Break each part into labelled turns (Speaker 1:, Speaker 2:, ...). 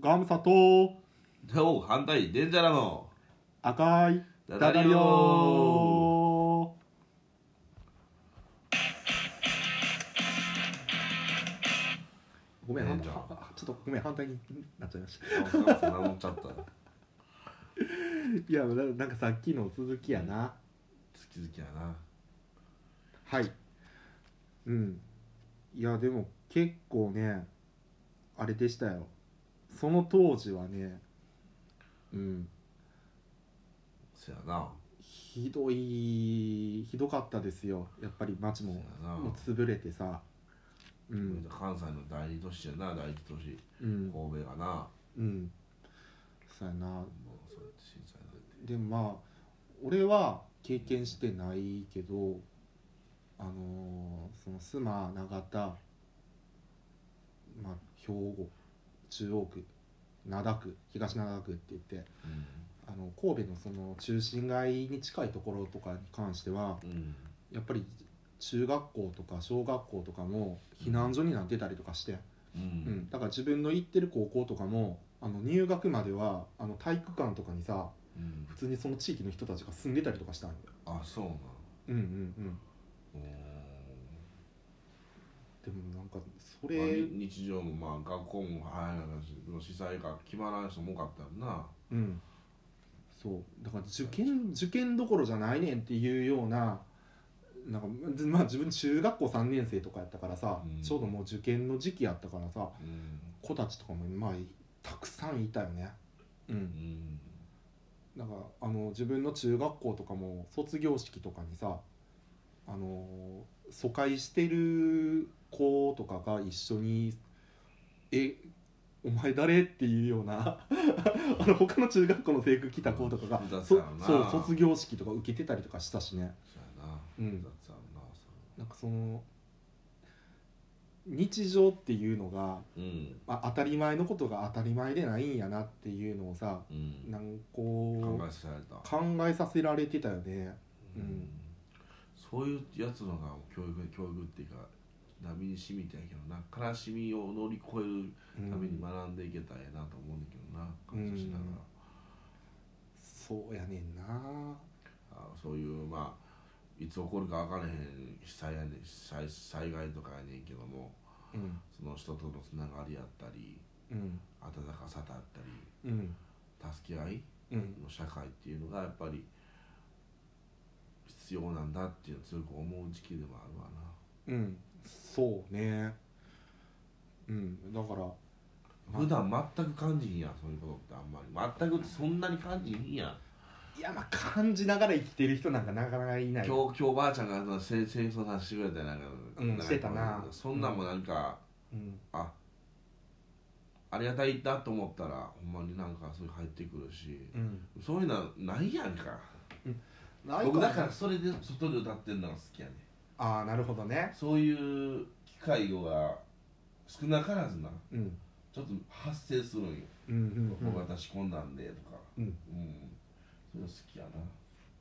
Speaker 1: ガムサと
Speaker 2: お反対デンジャラの
Speaker 1: 赤い
Speaker 2: ダ
Speaker 1: ダ
Speaker 2: ダ
Speaker 1: ダ
Speaker 2: リ
Speaker 1: リ
Speaker 2: オ
Speaker 1: オごめん、
Speaker 2: ね
Speaker 1: は
Speaker 2: え
Speaker 1: ん
Speaker 2: じゃあ
Speaker 1: はちょっとごめん反対になっちゃいました
Speaker 2: そんなもんちゃった好
Speaker 1: いやななんかさっきの続きやな、
Speaker 2: き好きやな
Speaker 1: はいうんいやでも結構ねあれでしたよその当時はねうん
Speaker 2: そやな
Speaker 1: ひどいひどかったですよやっぱり街
Speaker 2: そや
Speaker 1: も
Speaker 2: な
Speaker 1: もう潰れてさうん
Speaker 2: 関西の第二都市やな第一都市
Speaker 1: うん
Speaker 2: 神戸がなも
Speaker 1: うんそうやな
Speaker 2: うそうやって震災なんて
Speaker 1: でもまあ俺は経験してないけどあのーその須磨永田、まあ、兵庫中央区灘区東灘区って言ってあの神戸のその中心街に近いところとかに関しては
Speaker 2: うんうん
Speaker 1: やっぱり中学校とか小学校とかも避難所になってたりとかして、
Speaker 2: う
Speaker 1: うんん、だから自分の行ってる高校とかもあの入学まではあの体育館とかにさ
Speaker 2: うん
Speaker 1: 普通にその地域の人たちが住んでたりとかしたんよ
Speaker 2: あそうなん
Speaker 1: うんうん
Speaker 2: お
Speaker 1: う
Speaker 2: ー
Speaker 1: んでもなんかそ
Speaker 2: まあ
Speaker 1: れ
Speaker 2: に日常もまあ学校も入らないしの司祭が決まらない人も多かったよな
Speaker 1: うんそうだから受験受験どころじゃないねんっていうようななんかずまあ自分中学校3年生とかやったからさ、
Speaker 2: うん
Speaker 1: ちょうどもう受験の時期やったからさ
Speaker 2: うん
Speaker 1: 子たちとかもまあたくさんいたよねう
Speaker 2: うんん
Speaker 1: だからあの自分の中学校とかも卒業式とかにさあの疎開してる子とかが一緒に「えお前誰?」っていうような あの他の中学校の制服着た子とかが、
Speaker 2: 複雑
Speaker 1: そ
Speaker 2: やろな
Speaker 1: そう卒業式とか受けてたりとかしたしね
Speaker 2: そやな
Speaker 1: うん
Speaker 2: 雑やろなそ
Speaker 1: なんかその日常っていうのが、
Speaker 2: れうん
Speaker 1: まあ、当たり前のことが当たり前でないんやなっていうのをさ
Speaker 2: うん
Speaker 1: なんかこう
Speaker 2: 考えさせられた
Speaker 1: 考えさせられてたよねうん
Speaker 2: そういうやつのが教育教育っていうか波に染みてやけどな悲しみを乗り越え
Speaker 1: うん
Speaker 2: るために学んでいけたらええなと思うんだけどな感謝しなが
Speaker 1: う
Speaker 2: ら、
Speaker 1: んそうやねんな
Speaker 2: あそういうまあいつ起こるか分からへん被災やね災災害とかやねんけども
Speaker 1: うん
Speaker 2: その人とのつながりやったり
Speaker 1: うん
Speaker 2: 温かさだったり
Speaker 1: うん
Speaker 2: 助け合い
Speaker 1: うん
Speaker 2: の社会っていうのがやっぱり必要なんだっていうのを強く思う時期でもあるわな。
Speaker 1: うんそうねうんだから
Speaker 2: 普段全く感じひんやんそういうことってあんまり全くそんなに感じひんやん
Speaker 1: いやまあ感じながら生きてる人なんかなかなかいない
Speaker 2: 今日今日ばあちゃんがあの先生の話してくれたやんなんか、
Speaker 1: うん
Speaker 2: なんか
Speaker 1: してたな
Speaker 2: そんなんもなんか、
Speaker 1: うん
Speaker 2: あありがたいなと思ったらほんまになんかそういう入ってくるし
Speaker 1: うん
Speaker 2: そういうのないやんか
Speaker 1: ない
Speaker 2: 僕
Speaker 1: も
Speaker 2: だからそれで外で歌ってるのが好きやね
Speaker 1: ああなるほどね
Speaker 2: そういう機会が少なからずな
Speaker 1: うん
Speaker 2: ちょっと発生するんよ、
Speaker 1: うんう
Speaker 2: 僕
Speaker 1: ん
Speaker 2: 私こんなんでとか
Speaker 1: うん
Speaker 2: うんそういうの好きやな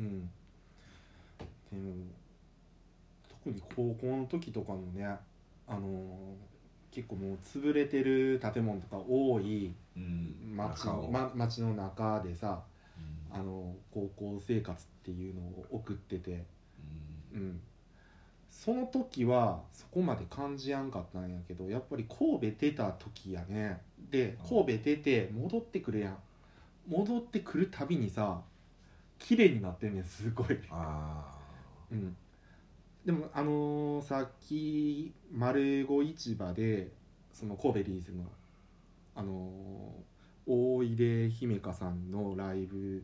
Speaker 1: うんでも特に高校の時とかのねあのー結構もう潰れてる建物とか多い
Speaker 2: うん
Speaker 1: 町
Speaker 2: 中
Speaker 1: の,、
Speaker 2: を
Speaker 1: ま、町の中でさ
Speaker 2: う
Speaker 1: あの高校生活っていうのを送ってて、
Speaker 2: ん
Speaker 1: うん、その時はそこまで感じやんかったんやけどやっぱり神戸出た時やねで神戸出て戻ってくるやん戻ってくるたびにさ綺麗になってんねんすごい、
Speaker 2: あ
Speaker 1: うん、でもあのーさっき丸子市場でその神戸リーズのあのー大出姫香さんのライブ
Speaker 2: ー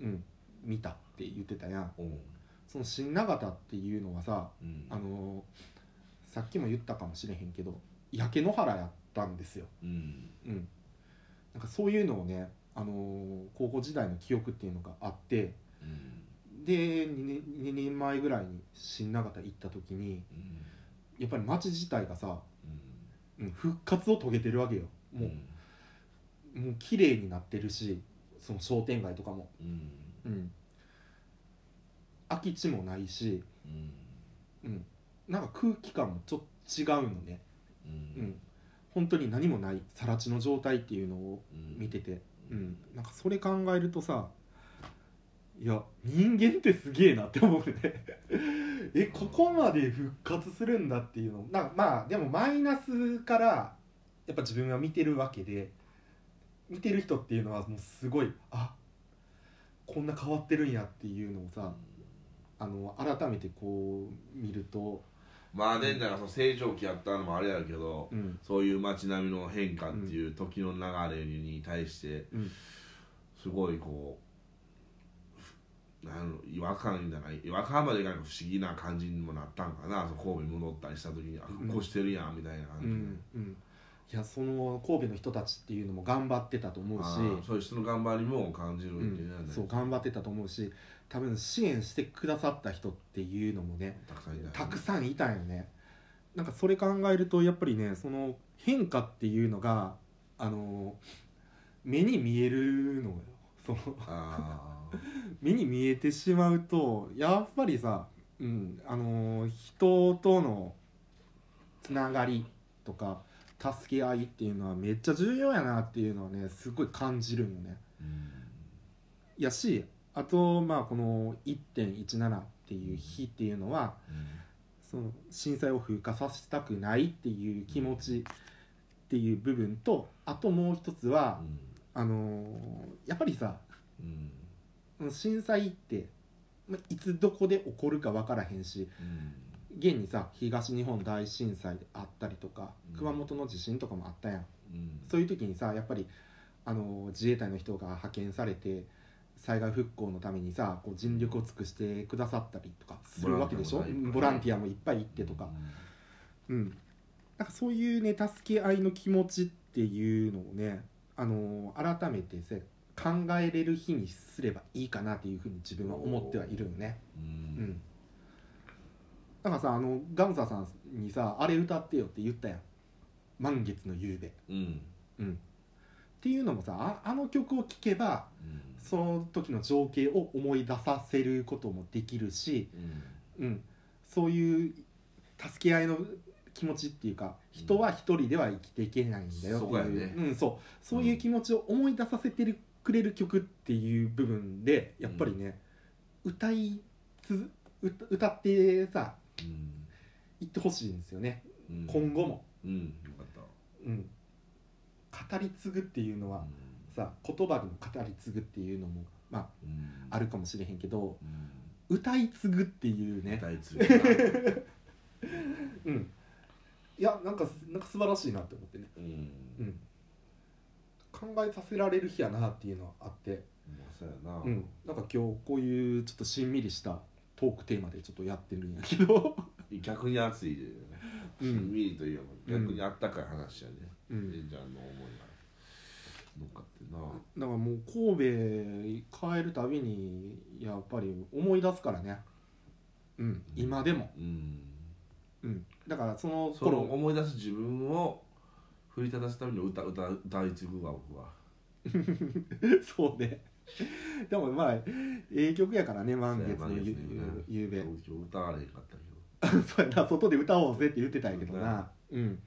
Speaker 2: うん
Speaker 1: うん、見たって言ってたやん
Speaker 2: おう
Speaker 1: その新永田っていうのはさ
Speaker 2: うん
Speaker 1: あのーさっきも言ったかもしれへんけど焼け野原やったんですよ、
Speaker 2: うん
Speaker 1: うん、なんかそういうのをね、あのー高校時代の記憶っていうのがあって
Speaker 2: うん
Speaker 1: で 2, 年2年前ぐらいに新永田行った時に
Speaker 2: うん
Speaker 1: やっぱり町自体がさ、
Speaker 2: うん
Speaker 1: うん、復活を遂げてるわけよもう,、もう綺麗になってるしその商店街とかも、
Speaker 2: うん
Speaker 1: うん、空き地もないし
Speaker 2: うん
Speaker 1: うん、なんか空気感もちょっと違うのね、
Speaker 2: うん
Speaker 1: うん、本当に何もない更地の状態っていうのを見てて、う
Speaker 2: うんん、
Speaker 1: なんかそれ考えるとさいや人間ってすげえなって思うね えここまで復活するんだっていうのなんかまあでもマイナスからやっぱ自分は見てるわけで見てる人っていうのはもうすごいあこんな変わってるんやっていうのをさあの改めてこう見ると、
Speaker 2: まあねだからその成長期やったのもあれやけど、
Speaker 1: うん
Speaker 2: そういう街並みの変化っていう時の流れに対して
Speaker 1: うん
Speaker 2: すごいこうふなんの違和感じゃない違和感までいかないけど不思議な感じにもなったんかなその神戸戻ったりした時にあ
Speaker 1: うん
Speaker 2: 復興してるやんみたいな感
Speaker 1: う
Speaker 2: じで。
Speaker 1: んうん、いやその神戸の人たちっていうのも頑張ってたと思うし
Speaker 2: あーそういう人の頑張りも感じる
Speaker 1: う
Speaker 2: っていうのは
Speaker 1: ん
Speaker 2: ね、
Speaker 1: そう頑張ってたと思うし多分支援してくださった人っていうのもね
Speaker 2: たくさんいたよ
Speaker 1: たくさんいた
Speaker 2: ね
Speaker 1: んよねなんかそれ考えるとやっぱりねその変化っていうのがあの目に見えるのよその
Speaker 2: あー
Speaker 1: 目に見えてしまうとやっぱりさ、うん、あの人とのつながりとか助け合いっていうのはめっちゃ重要やなっていうのはねすごい感じるんよね。やしあとまあこの1.17っていう日っていうのはその震災を風化させたくないっていう気持ちっていう部分とあともう一つは
Speaker 2: うん
Speaker 1: あのーやっぱりさ
Speaker 2: うんうん
Speaker 1: 震災ってまあいつどこで起こるか分からへんし
Speaker 2: うん
Speaker 1: 現にさ東日本大震災であったりとか
Speaker 2: うん
Speaker 1: 熊本の地震とかもあったやん。
Speaker 2: うん
Speaker 1: そういう時にさやっぱりあの自衛隊の人が派遣されて災害復興のためにさこう尽力を尽くしてくださったりとかするわけでしょボ
Speaker 2: ボ
Speaker 1: ラ
Speaker 2: ラ
Speaker 1: ン
Speaker 2: ン
Speaker 1: テ
Speaker 2: テ
Speaker 1: ィアもいっぱい行ってとか、
Speaker 2: うん
Speaker 1: うん、なんかそういうね助け合いの気持ちっていうのをねあの改めてせ考えれる日にすればいいかなっていうふうに自分は思ってはいるよね。
Speaker 2: う
Speaker 1: うんん、だからさあのガムサさんにさ「あれ歌ってよ」って言ったやん満月の夕べ。
Speaker 2: うん
Speaker 1: うん、っていうのもさああの曲を聴けば
Speaker 2: うん
Speaker 1: その時の情景を思い出させることもできるし、
Speaker 2: うん
Speaker 1: うん、そういう助け合いの気持ちっていうか人は一人では生きていけないんだよって
Speaker 2: そうや
Speaker 1: いう,、
Speaker 2: ね
Speaker 1: ん、そうそういう気持ちを思い出させてるくれる曲っていう部分でやっぱりね、歌いつ歌歌ってさ
Speaker 2: うん
Speaker 1: 言ってほしいんですよね、
Speaker 2: うん
Speaker 1: 今後も、
Speaker 2: うんよかった
Speaker 1: うん、語り継ぐっていうのは、さ言葉でも語り継ぐっていうのも、ま
Speaker 2: うん
Speaker 1: あ、あるかもしれへんけど
Speaker 2: うん
Speaker 1: 歌い継ぐっていうね、
Speaker 2: 歌い継いだな
Speaker 1: うん、いやなんかなんか素晴らしいなって思ってね、
Speaker 2: うん
Speaker 1: うん、考えさせられる日やなっていうのはあって、
Speaker 2: まあそうやな
Speaker 1: うん、なんか今日こういうちょっとしんみりしたトークテーマでちょっとやってるんやけど、
Speaker 2: 逆に熱いでね
Speaker 1: う
Speaker 2: し
Speaker 1: ん
Speaker 2: んみりといえば逆にあったかい話やね
Speaker 1: うん、
Speaker 2: レンジャーの思いが乗っかってるな
Speaker 1: だからもう神戸帰るたびにやっぱり思い出すからね、うん、今でも、
Speaker 2: うん
Speaker 1: うん、だからその
Speaker 2: その
Speaker 1: 頃
Speaker 2: 思い出す自分を振り立たすための歌歌歌い継ぐわ僕は
Speaker 1: そうね。でもまあ、ええ曲やからね、満月の
Speaker 2: そうや満
Speaker 1: ゆ
Speaker 2: 月の夕
Speaker 1: ゆゆうべ。
Speaker 2: 今日歌われへんかったけ ど
Speaker 1: そうやな、外で歌おうぜって言ってたんやけど
Speaker 2: そうだ
Speaker 1: な。うん。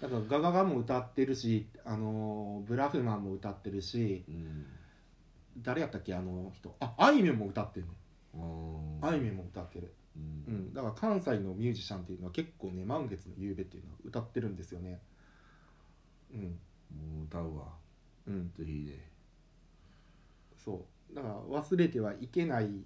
Speaker 1: だからガガガも歌ってるし、あのーブラフマンも歌ってるし、
Speaker 2: うん
Speaker 1: 誰やったっけ、あの人。あ、あいみょんも歌ってるの。
Speaker 2: あ
Speaker 1: あいみ
Speaker 2: ん
Speaker 1: ょんも歌ってる。
Speaker 2: う
Speaker 1: うんん。だから関西のミュージシャンっていうのは結構ね、満月の夕べっていうのは歌ってるんですよね。うん。
Speaker 2: もう歌うわ
Speaker 1: うん。
Speaker 2: ぜひね
Speaker 1: そう。だから忘れてはいけない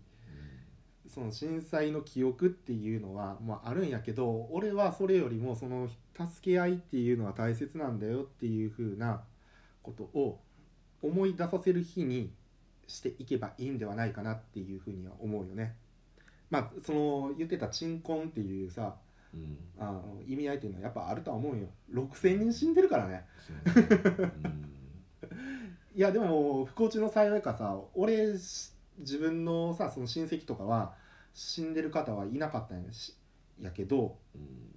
Speaker 1: その震災の記憶っていうのは、まあ、あるんやけど俺はそれよりもその助け合いっていうのは大切なんだよっていうふうなことを思い出させる日にしていけばいいんではないかなっていうふうには思うよね。まあその言ってた「鎮魂」っていうさ
Speaker 2: うんうん
Speaker 1: あの意味合いっていうのはやっぱあるとは思うよ。6,000人死んでるからね。
Speaker 2: そうやねうん
Speaker 1: いやでも不幸中の幸いかさ俺し自分のさその親戚とかは死んでる方はいなかったんやしやけど、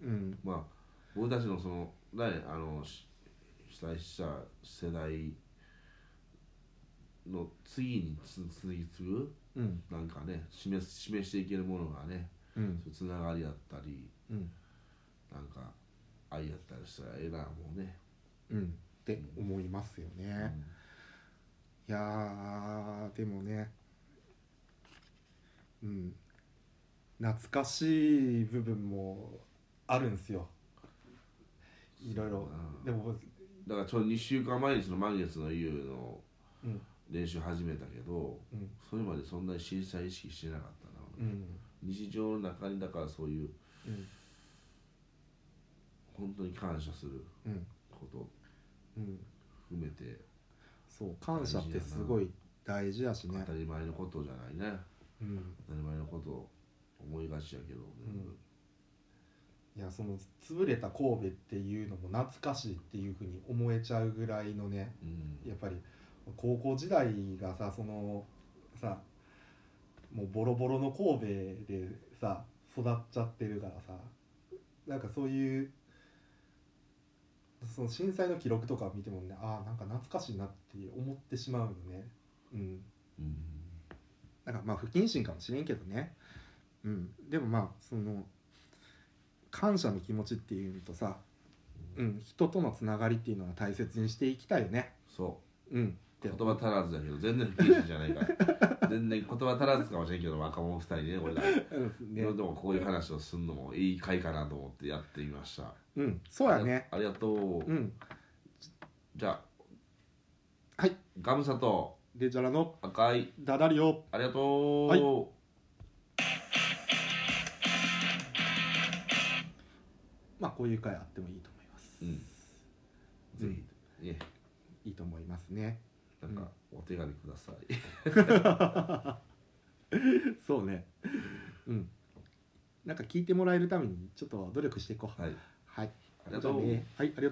Speaker 2: うん
Speaker 1: うん、
Speaker 2: まあ僕たちのそのねあのし被災した世代の次につ次に次ぐ
Speaker 1: うん
Speaker 2: なんかね示す示していけるものがね
Speaker 1: うん
Speaker 2: そういうつながりだったり
Speaker 1: うん
Speaker 2: なんか愛やったりしたらええなもうね
Speaker 1: うんって思いますよね、いやーでもねうん懐かしい部分もあるんですよいろいろ
Speaker 2: うん
Speaker 1: でも、
Speaker 2: だからちょうど2週間前にその満月の優の
Speaker 1: うん
Speaker 2: 練習始めたけど
Speaker 1: うん
Speaker 2: それまでそんなに震災意識してなかったな、
Speaker 1: うん
Speaker 2: 日常の中にだからそういう
Speaker 1: うん
Speaker 2: 本当に感謝する
Speaker 1: うん
Speaker 2: こと
Speaker 1: うん
Speaker 2: 含めて
Speaker 1: そう感謝ってすごい大事やし
Speaker 2: 当
Speaker 1: ね
Speaker 2: たり前のことじゃないね
Speaker 1: うん
Speaker 2: 当たり前のことを思いがちやけど、
Speaker 1: んいやその潰れた神戸っていうのも懐かしいっていうふうに思えちゃうぐらいのね
Speaker 2: うん
Speaker 1: やっぱり高校時代がさそのさもうボロボロの神戸でさ育っちゃってるからさなんかそういうその震災の記録とか見てもねああなんか懐かしいなって思ってしまうよねうん
Speaker 2: うん
Speaker 1: なんかまあ不謹慎かもしれんけどねうんでもまあその感謝の気持ちっていうのとさうん人とのつながりっていうのは大切にしていきたいよね
Speaker 2: そう
Speaker 1: うんって
Speaker 2: 言葉足らずだけど全然不謹慎じゃないから全然言葉足らずかもしれんけど若者2人でね俺ら、
Speaker 1: うん
Speaker 2: で
Speaker 1: ね
Speaker 2: もこういう話をするのもいい回かなと思ってやってみました
Speaker 1: うん、そうやね。
Speaker 2: ありがとう、
Speaker 1: うん、
Speaker 2: じゃあ
Speaker 1: はい
Speaker 2: ガムサと
Speaker 1: で、じゃらの
Speaker 2: 赤い
Speaker 1: ダダリオ。
Speaker 2: ありがとう、
Speaker 1: はいまあ、こういう回あってもいいと思います。
Speaker 2: うんぜひ、ね、
Speaker 1: いいと思います ね。
Speaker 2: なんかお手紙ください
Speaker 1: そうね。うん。なんか聞いてもらえるために、ちょっと努力していこう。
Speaker 2: はい
Speaker 1: はい。
Speaker 2: ありがと
Speaker 1: じ
Speaker 2: う
Speaker 1: ゃあねはい、ありがとう。